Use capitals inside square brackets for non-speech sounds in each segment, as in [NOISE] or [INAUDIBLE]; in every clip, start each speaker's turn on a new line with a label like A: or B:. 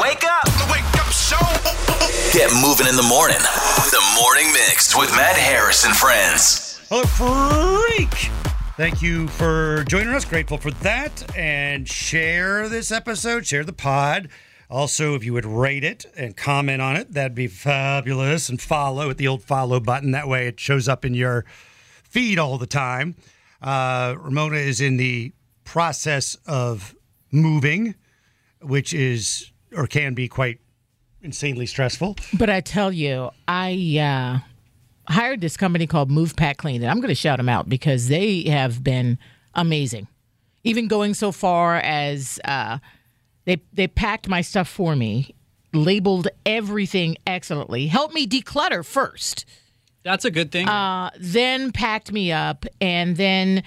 A: Wake up! wake up show! Get moving in the morning. The Morning Mix with Matt Harris and friends.
B: Hello, freak! Thank you for joining us. Grateful for that. And share this episode, share the pod. Also, if you would rate it and comment on it, that'd be fabulous. And follow with the old follow button. That way it shows up in your feed all the time. Uh, Ramona is in the process of moving, which is or can be quite insanely stressful.
C: But I tell you, I uh, hired this company called Move Pack Clean, and I'm going to shout them out because they have been amazing. Even going so far as uh, they they packed my stuff for me, labeled everything excellently, helped me declutter first,
D: That's a good thing.
C: uh, then packed me up, and then.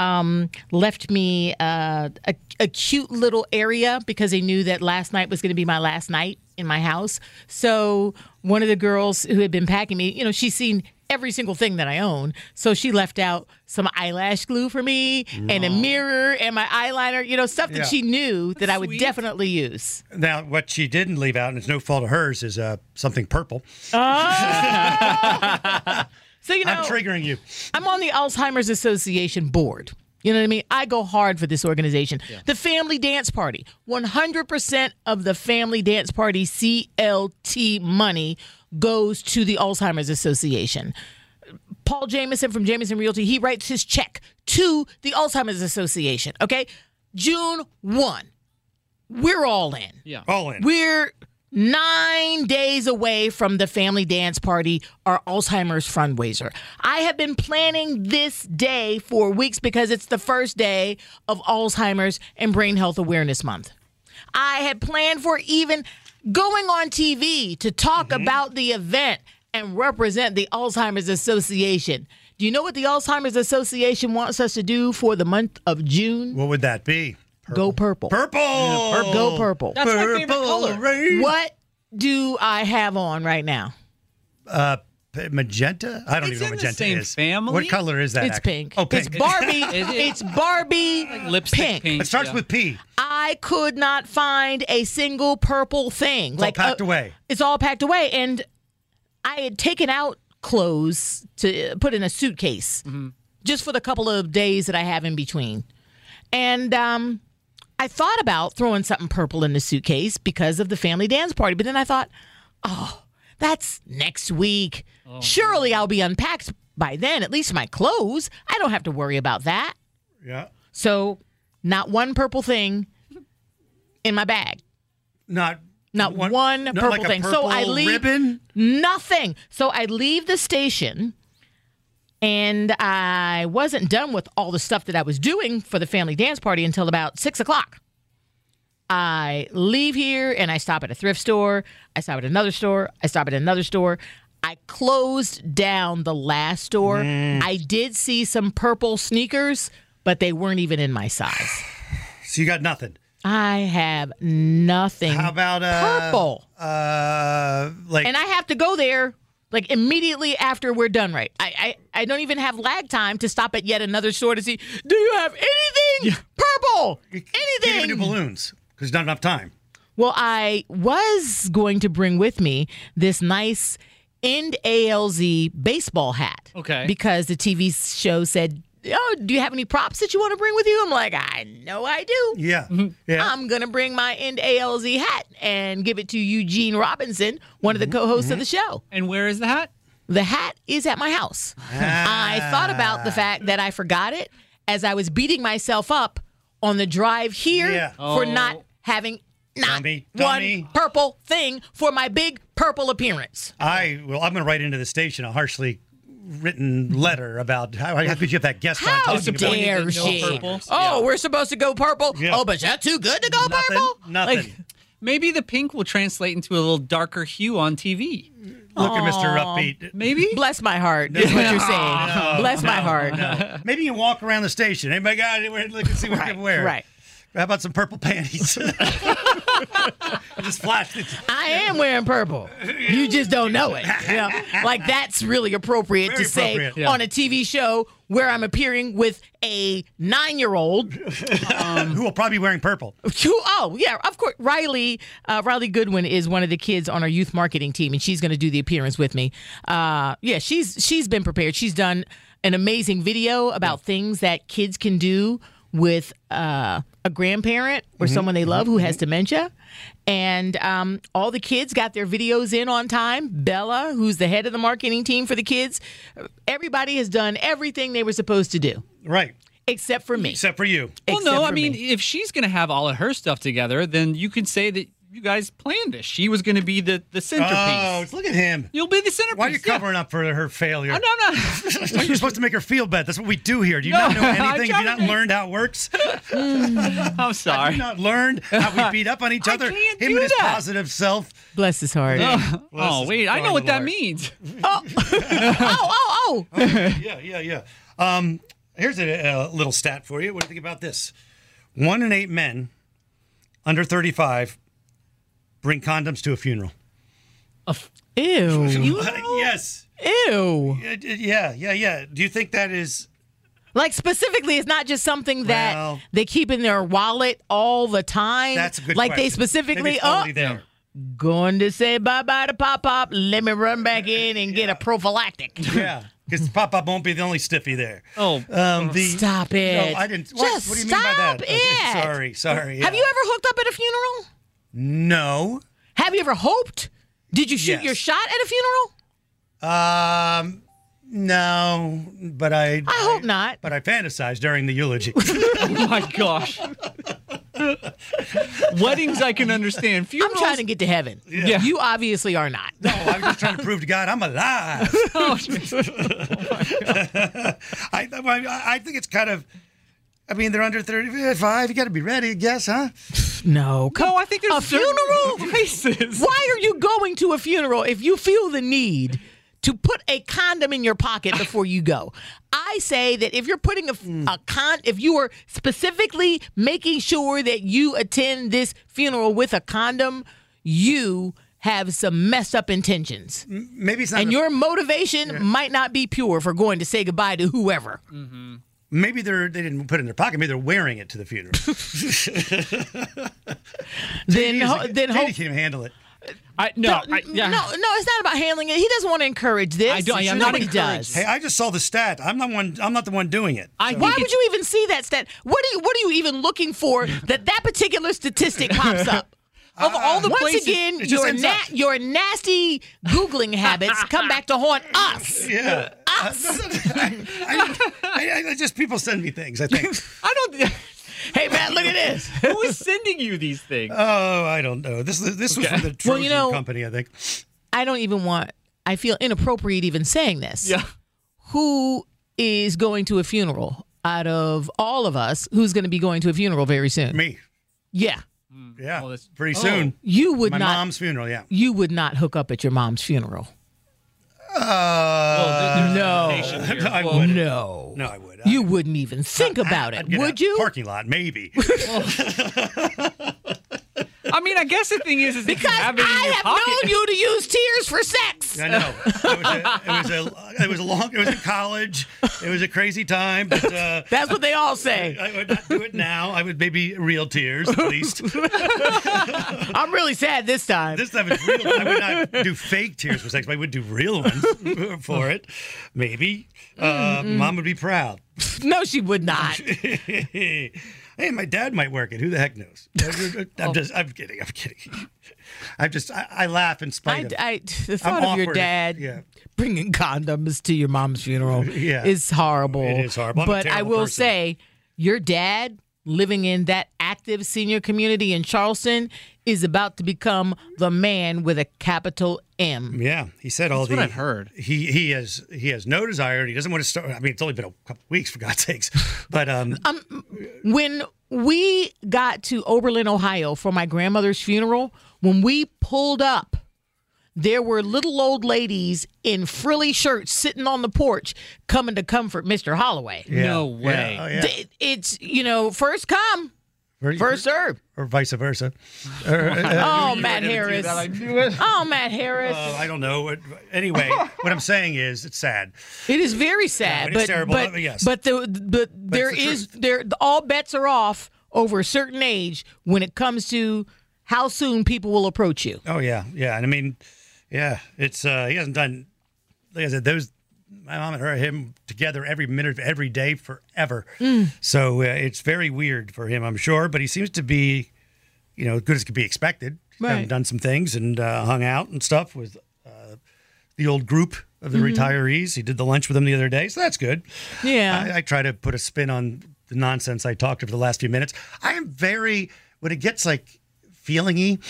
C: Um, left me uh, a, a cute little area because they knew that last night was going to be my last night in my house. So one of the girls who had been packing me, you know, she's seen every single thing that I own. So she left out some eyelash glue for me and a mirror and my eyeliner, you know, stuff that
B: Yeah.
C: she knew that I would
D: sweet.
C: definitely use.
B: Now, what she didn't leave out, and it's no fault of hers, is uh, something purple.
C: So you know,
B: I'm triggering you.
C: I'm on the Alzheimer's Association board. You know what I mean? I go hard for this organization. The family dance party. 100% of the family dance party CLT money goes to the Alzheimer's Association. Paul Jameson from Jameson Realty, he writes his check to the Alzheimer's Association, okay? June 1. We're all in.
D: yeah.
B: All in.
C: We're nine days away from the family dance party, our Alzheimer's fundraiser. I have been planning this day for weeks because it's the first day of Alzheimer's and Brain Health Awareness Month. I had planned for even going on TV to talk about the event and represent the Alzheimer's Association. Do you know what the Alzheimer's Association wants us to do for the month of June?
B: what would that be?
C: Go purple.
B: Purple. purple.
C: Go purple.
D: That's my favorite color.
B: rain.
C: What do I have on right now?
B: P- Magenta? I don't even
D: It's
B: know what
D: in the
B: magenta
D: same
B: is.
D: family.
B: What color is that?
C: It's
B: actually?
C: pink.
B: Oh, pink.
C: It's Barbie.
B: [LAUGHS]
D: Is it-
C: it's Barbie
D: Lipstick
C: pink.
D: pink.
B: it starts
D: yeah.
B: with P.
C: I could not find a single purple thing.
B: It's all packed
C: uh,
B: away.
C: It's all packed away, and I had taken out clothes to put in a suitcase just for the couple of days that I have in between, and um, I thought about throwing something purple in the suitcase because of the family dance party, but then I thought, oh, that's next week. Surely I'll be unpacked by then, at least my clothes. I don't have to worry about that.
B: Yeah.
C: So, not one purple thing in my bag.
B: Not.
C: Not one
B: not
C: purple
B: like a
C: thing. So I
B: purple
C: leave-
B: ribbon.
C: Nothing. So, I leave the station and I wasn't done with all the stuff that I was doing for the family dance party until about six o'clock. I leave here and I stop at a thrift store. I stop at another store. I stop at another store. I closed down the last store.
B: Mm.
C: I did see some purple sneakers, but they weren't even in my size.
B: So you got nothing.
C: I have nothing.
B: How about uh,
C: purple?
B: Uh, like
C: and I have to go there like immediately after we're done. Right? I, I I don't even have lag time to stop at yet another store to see. Do you have anything purple?
B: you Can't even do
C: Anything?
B: balloons because not enough time.
C: Well, I was going to bring with me this nice end ALZ baseball hat.
D: Okay.
C: Because the TV show said oh, do you have any props that you want to bring with you? I'm like, I know I do.
B: Yeah.
C: Mm-hmm.
B: Yeah.
C: I'm going to bring my end ALZ hat and give it to Eugene Robinson, one of the
B: Mm-hmm.
C: co hosts of the show.
D: And where is the hat?
C: The hat is at my house.
B: Ah.
C: I thought about the fact that I forgot it as I was beating myself up on the drive here
B: Yeah.
C: for
D: Oh.
C: not having not
B: Dummy,
C: one
B: dummy.
C: purple thing for my big purple appearance.
B: I well, I'm going to write into the station a harshly written letter about how, how could you have that guest on
C: How
B: talking about
C: dare
D: no
C: she?
D: purple.
C: Oh, we're supposed to go purple.
B: Yeah.
C: Oh, but you're too good to go
B: nothing,
C: purple.
B: nothing.
C: Like,
D: Maybe the pink will translate into a little darker hue on TV.
B: Look at Mr. Upbeat.
D: Maybe.
C: bless my heart is
B: [LAUGHS]
C: what you're saying. bless my heart.
B: No. [LAUGHS] Maybe you walk around the station. Anybody got anywhere? Look and see what
C: Right,
B: you wear.
C: right.
B: How about some purple panties? [LAUGHS] Just flashed it.
C: I am wearing purple. You just don't
B: [LAUGHS]
C: know it. You know? Like that's really appropriate
B: Very
C: to say
B: appropriate.
D: Yeah.
C: on a TV show where I'm appearing with a nine-year-old. Um,
B: Who will probably be wearing purple?
C: Who, oh yeah, of course. Riley, uh, Riley Goodwin is one of the kids on our youth marketing team, and she's going to do the appearance with me. Uh, yeah, she's she's been prepared. She's done an amazing video about things that kids can do with uh, a grandparent or someone they love who has dementia. And um, all the kids got their videos in on time. Bella, who's the head of the marketing team for the kids, everybody has done everything they were supposed to do
B: Right.
C: except for me.
B: Except for you.
D: Well,
C: Except
D: no, I
C: for
D: mean,
C: me.
D: if she's going to have all of her stuff together, then you could say that you guys planned this. She was going to be the, the centerpiece.
B: Oh, look at him.
D: You'll be the centerpiece.
B: Why are you covering up for her failure?
D: Yeah. No,
B: [LAUGHS]
D: no.
B: You're supposed to make her feel bad. That's what we do here. Do you
D: No,
C: [LAUGHS]
B: not know
D: I'm
B: anything? Have you
D: trying
B: not
D: to-
B: learned how it works?
D: I'm
B: Have you
D: sorry.
B: not learned
C: [LAUGHS]
B: how we beat up on each
D: I
B: other?
D: can't
B: him
D: do
B: and his
D: that.
B: positive self.
C: Bless his heart.
D: Oh,
B: is
D: wait. I know
B: going
D: what that
B: Lord.
D: means.
C: oh, oh, oh.
B: yeah, yeah, yeah. Um, here's a, a little stat for you. What do you think about this? One in eight men under 35 bring condoms to a funeral.
C: Ew.
B: [LAUGHS] yes.
C: Ew.
B: Uh, Yeah, yeah, yeah. Do you think that is?
C: Like specifically, it's not just something that
B: Well-
C: they keep in their wallet all the time.
B: That's a good.
C: Like
B: question.
C: they
B: Maybe
C: specifically,
B: it's
C: oh,
B: only
C: [CLEARS THROAT]
B: there.
C: going to say bye bye to Pop Pop. Let me run back in and get a prophylactic.
B: Yeah, because Pop Pop won't be the only stiffy there.
D: Oh,
B: Um, the
C: Stop it.
B: No, I didn't. What,
C: Just
B: what do you mean
C: stop
B: by that?
C: it.
B: Okay, sorry, sorry.
C: Have
B: yeah.
C: you ever hooked up at a funeral?
B: No.
C: Have you ever hoped? Did you shoot
B: Yes.
C: your shot at a funeral?
B: Um, no, but I.
C: I hope not.
B: But I fantasized during the
C: [LAUGHS]
B: eulogy.
D: Oh my
B: [LAUGHS]
D: gosh. Weddings, I can understand.
C: I'm
D: Funerals,
C: trying to get to heaven.
D: Yeah.
C: You obviously
B: [LAUGHS]
C: are not.
B: No, I was just trying to prove to God I'm alive.
D: Oh, [LAUGHS]
B: I, I, I think it's kind of. I mean, they're under 35. You got to be ready, I guess, huh?
C: No. Come
D: No, I think there's
C: a
D: certain
C: funeral. [LAUGHS]
D: places.
C: Why are you going to a funeral if you feel the need to put a condom in your pocket before you go? I say that if you're putting a,
D: Mm.
C: a con, if you are specifically making sure that you attend this funeral with a condom, you have some messed up intentions.
D: Mm.
B: Maybe it's not.
C: And
B: a-
C: your motivation might not be pure for going to say goodbye to whoever.
D: Mm.
B: maybe they're they didn't put it in their pocket. Maybe they're wearing it to the
C: [LAUGHS]
B: funeral.
C: Then, ho- then
B: Katie
C: hope.
B: can't even handle it.
D: I, no, I, yeah.
C: No, no, it's not about handling it. He doesn't want to encourage this.
D: I don't- yeah, I'm not
C: Nobody
D: encouraging.
C: does.
B: Hey, I just saw the stat. I'm not one. I'm not the one doing it.
D: I
C: Why
D: think
C: would
D: it's-
C: you even see that stat? What are you What are you even looking for that that particular statistic pops up? Of all the Once
D: places-
C: again,
B: it just
C: your
B: ends
C: na-
B: up.
C: your nasty googling habits come back to haunt us.
B: Yeah. I, I, I, I just people send me things. I
C: [LAUGHS]
B: think.
D: [LAUGHS] I don't.
C: [LAUGHS]
D: [LAUGHS]
C: Hey man, look at this.
D: Who is sending you these things?
B: Oh, I don't know. This this was from the Trojan
C: Well, you know-
B: company. I think.
C: I don't even want. I feel inappropriate even saying this.
D: yeah.
C: Who is going to a funeral? Out of all of us, who's going to be going to a funeral very soon?
B: Me.
C: Yeah,
B: Yeah.
D: Well, that's-
B: pretty
D: oh.
B: soon.
C: you would
B: My
C: not.
B: mom's funeral. [LAUGHS] Yeah.
C: You would not hook up at your mom's funeral.
B: Uh, [LAUGHS]
C: no.
D: no.
B: I would.
C: No.
B: No, I would.
C: You wouldn't even think about it,
B: I'd get out
C: would
B: of the
C: you?
B: Parking lot,
C: [LAUGHS]
B: maybe.
D: I mean, I guess the thing is, is
C: Because I have known you to use tears for sex. Yes.
B: I know. It was a, it was a, it was a long, it was in college. It was a crazy time, but uh,
C: That's what they
B: [LAUGHS]
C: all say.
B: I would not do it now. I would maybe real tears at least.
C: I'm really sad this time.
B: This time it's real. I would not do fake tears for sex, but I would do real ones [LAUGHS] for it. Maybe. Uh,
C: Mm-hmm.
B: Mom would be proud.
C: no, she
B: [LAUGHS]
C: would not.
B: hey, my dad might work it. Who the heck
D: [LAUGHS]
B: knows? I'm just, I'm kidding. I'm kidding. I'm just, I, I laugh in spite
C: I,
B: of.
C: I, the
B: I'm
C: thought of your
B: awkward.
C: dad
B: Yeah.
C: bringing condoms to your mom's funeral
B: [LAUGHS] Yeah.
C: is horrible.
B: It is horrible. I'm a
C: but I
B: terrible
C: will
B: person.
C: say, your dad living in that active senior community in Charleston is about to become the man with a capital M.
B: Yeah, he said all
D: That's what
B: the.
D: I've heard.
B: He he has he has no desire. He doesn't want to start. I mean, it's only been a couple weeks for God's sakes. But
D: [LAUGHS]
B: um,
C: When we got to Oberlin, Ohio for my grandmother's funeral, when we pulled up, there were little old ladies in frilly shirts sitting on the porch coming to comfort Mr. Holloway.
B: yeah,
D: No
B: yeah,
D: way.
B: oh, yeah.
C: Th- It's you know first come,
B: Very-
C: first serve.
B: or vice versa. Or, uh,
C: Oh, Matt Harris. Oh, Matt Harris.
B: uh, I don't know.
D: [LAUGHS]
B: Anyway, what I'm saying is, it's sad.
C: it is very
B: it
C: sad,
B: is
C: but
B: terrible,
C: but
B: but yes.
C: but the but there
B: the
C: is there all bets are off over a certain age when it comes to how soon people will approach you.
B: Oh yeah, yeah, and I mean, yeah, it's uh he hasn't done. Like I said, those my mom and her him together every minute of every day forever. So uh, it's very weird for him, I'm sure, but he seems to be, you know, good as could be expected.
C: Right.
B: Having done some things and uh, hung out and stuff with uh, the old group of the retirees. He did the lunch with them the other day, so that's good.
C: Yeah.
B: I, I try to put a spin on the nonsense I talked over the last few minutes. I am very when it gets like feelingy.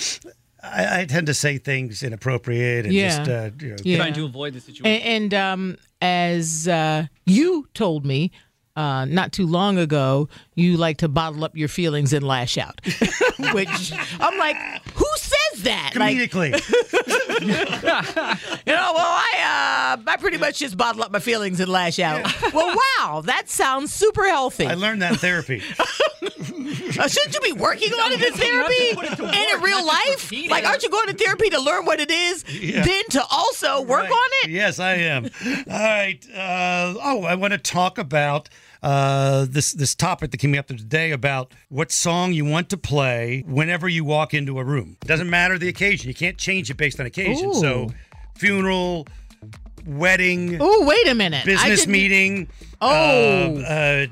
B: I, I tend to say things inappropriate and
C: Yeah.
B: just uh, you know,
C: Yeah.
D: Trying to avoid the situation.
C: And, and um, as uh, you told me uh, not too long ago, you like to bottle up your feelings and lash out, [LAUGHS] which I'm like, who says that? Like,
B: comedically.
C: [LAUGHS] you know, well, I uh, I pretty much just bottle up my feelings and lash out. [LAUGHS] Well, wow, that sounds super healthy.
B: I learned that in therapy.
C: Uh, shouldn't you be working on it in
D: put it
C: therapy
D: to
C: and in
D: work,
C: real
D: not just
C: life?
D: repeat
C: Like,
D: it.
C: aren't you going to therapy to learn what it is, then to also work
B: Right.
C: on it?
B: Yes, I am. [LAUGHS] All right. Uh, oh, I want to talk about uh, this this topic that came up today about what song you want to play whenever you walk into a room. Doesn't matter the occasion. You can't change it based on occasion.
C: Ooh.
B: So, funeral, wedding,
C: Oh, wait a minute. I
B: business
C: didn't-
B: meeting.
C: Oh.
B: um, uh, uh,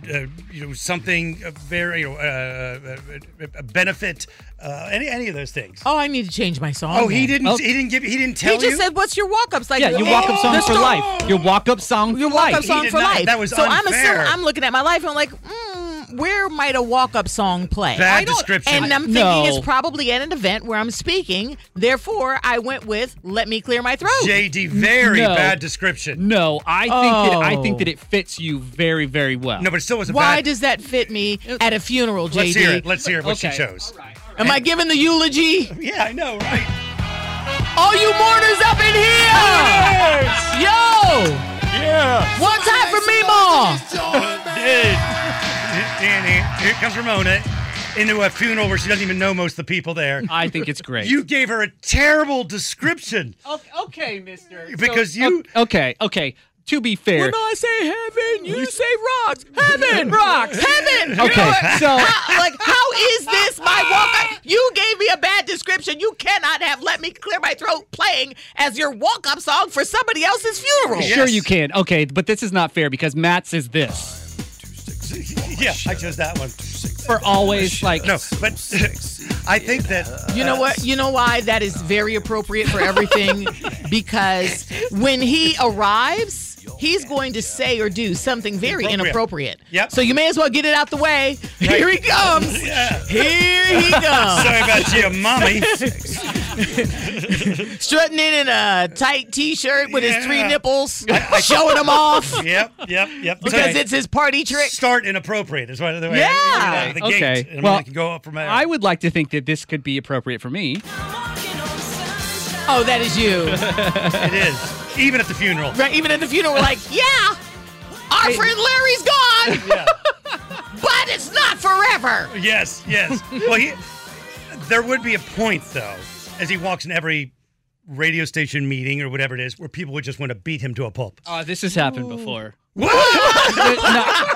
B: you know something uh, very you know, uh, uh, a benefit. Uh, any any of those things.
C: Oh, I need to change my song.
B: Oh, he
C: then.
B: didn't.
D: Oh.
B: He didn't give. He didn't tell
C: He just
B: you.
C: said, "What's your Oh, walk-up song?"
D: yeah, your walk up song for life. Your walk up song
C: Your
D: for
C: walk-up
D: life.
C: song
B: did
C: for
B: not-
C: life.
B: that was
C: so I'm
B: unfair.
C: assuming I'm looking at my life. and I'm like, mm, where might a walk-up song play?
B: Bad
C: I don't-
B: description.
C: And I'm thinking
D: No.
C: it's probably at an event where I'm speaking. Therefore, I went with "Let me clear my throat."
B: JD, very
D: No.
B: bad description.
D: No, I think that I
C: Oh.
D: think that it fits you very, very well. [LAUGHS]
B: No, but it still was a
C: Why
B: bad.
C: does that fit me at a funeral, JD?
B: Let's hear it. Let's hear it, what she
D: Okay.
B: chose.
C: Am I giving the eulogy?
B: Yeah, I know, right?
C: All you mourners up in here! Yo! Yeah! One time for me, Ma!
B: And here comes Ramona into a funeral where she doesn't even know most of the people there.
D: I think it's great.
B: You gave her a terrible description
C: Oh,
D: okay, Mister?
B: because you.
D: okay, okay. To be fair,
C: I say heaven, you say rocks. Heaven, rocks, heaven.
D: Okay, so-
C: how, [LAUGHS] like, how is this my walk-up? You gave me a bad description. You cannot have let me clear my throat playing as your walk-up song for somebody else's funeral.
D: sure you can. Okay, but this is not fair because Matt says this
B: [LAUGHS] Yeah, I chose that one.
D: for always like
B: No, but I think that.
C: You know
B: [LAUGHS]
C: what? You know why that is very appropriate for [LAUGHS] everything? because when he arrives, he's going to say or do something very
B: Inappropriate.
C: inappropriate.
B: Yep.
C: So you may as well get it out the way. [LAUGHS] Here
B: [LAUGHS]
C: he comes. Here he comes.
B: Sorry about you, mommy.
C: Strutting in in a tight t-shirt with his three
B: Yeah. [LAUGHS]
C: nipples, showing them off
B: Yep, yep, yep.
C: because
B: So
C: it's his party trick.
B: start inappropriate. Is what the way. I-
C: Yeah.
B: out of the
D: Okay,
B: gate, and
D: well,
B: I can go up from there.
D: I would like to think that this could be appropriate for me.
C: Oh, that is you.
B: it is even at the funeral.
C: Right? Even at the funeral, we're like, yeah, our friend Larry's gone,
B: Yeah.
C: but it's not forever.
B: Yes, yes. well, he, there would be a point though, as he walks in every radio station meeting or whatever it is where people would just want to beat him to a pulp. [LAUGHS]
C: Uh,
D: Oh, this has happened before.
B: What?
D: [LAUGHS]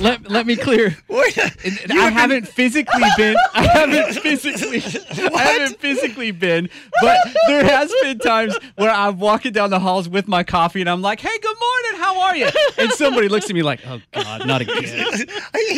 D: Let, let me clear. And I haven't physically been. I haven't physically. I haven't physically been. But there has been times where I'm walking down the halls with my coffee and I'm like, "Hey, good morning. How are you?" And somebody looks at me like, "Oh God, not again."
B: he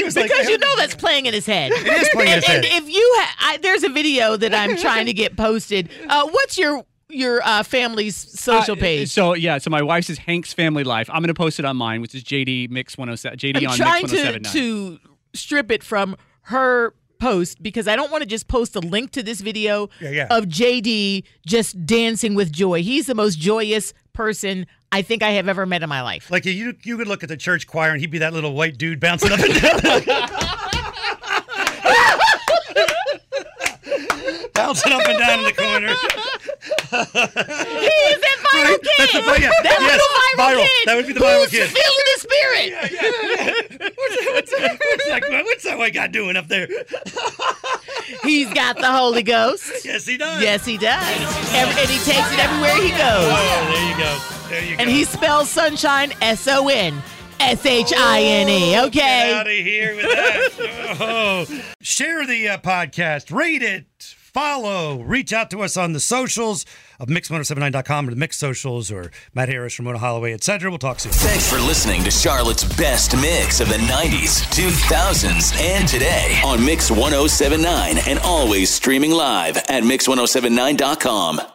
B: was
C: Because
B: like,
C: you know that's playing in his head.
B: It is playing in his
C: and,
B: head.
C: And if you, ha- I, there's a video that I'm trying to get posted. Uh, what's your your uh, family's social
D: Uh,
C: page?
D: So yeah, so my wife's is Hank's Family Life. I'm gonna post it on mine, which is JD Mix 107. JD
C: I'm
D: on
C: trying
D: Mix
C: to to
D: 107.9.
C: strip it from her post because I don't want to just post a link to this video
B: Yeah, yeah.
C: of JD just dancing with joy. He's the most joyous person I think I have ever met in my life.
B: like you, you could look at the church choir and he'd be that little white dude bouncing up and down. [LAUGHS] bouncing up and down in the corner.
C: He's that viral kid.
B: That's the viral- yeah,
C: That
B: yes,
C: little viral,
B: viral.
C: kid.
B: That would be the viral
C: who's
B: kid.
C: Feeling the spirit.
B: It's like, what's that white guy doing up there?
C: He's got the Holy Ghost.
B: Yes, he does.
C: Yes, he does. Every, and he takes it everywhere he goes.
B: Oh, there you go. There you go.
C: And he spells sunshine S O N S H I N E.
B: Get
C: Okay.
B: out of here with
C: [LAUGHS]
B: that. Oh. Share the uh, podcast, rate it, follow, reach out to us on the socials of mix1079.com or the Mix Socials or Matt Harris, Ramona Holloway, etc. We'll talk soon.
A: Thanks for listening to Charlotte's best mix of the 90s, 2000s, and today oh oh on Mix 1079 and always streaming live at Mix1079.com.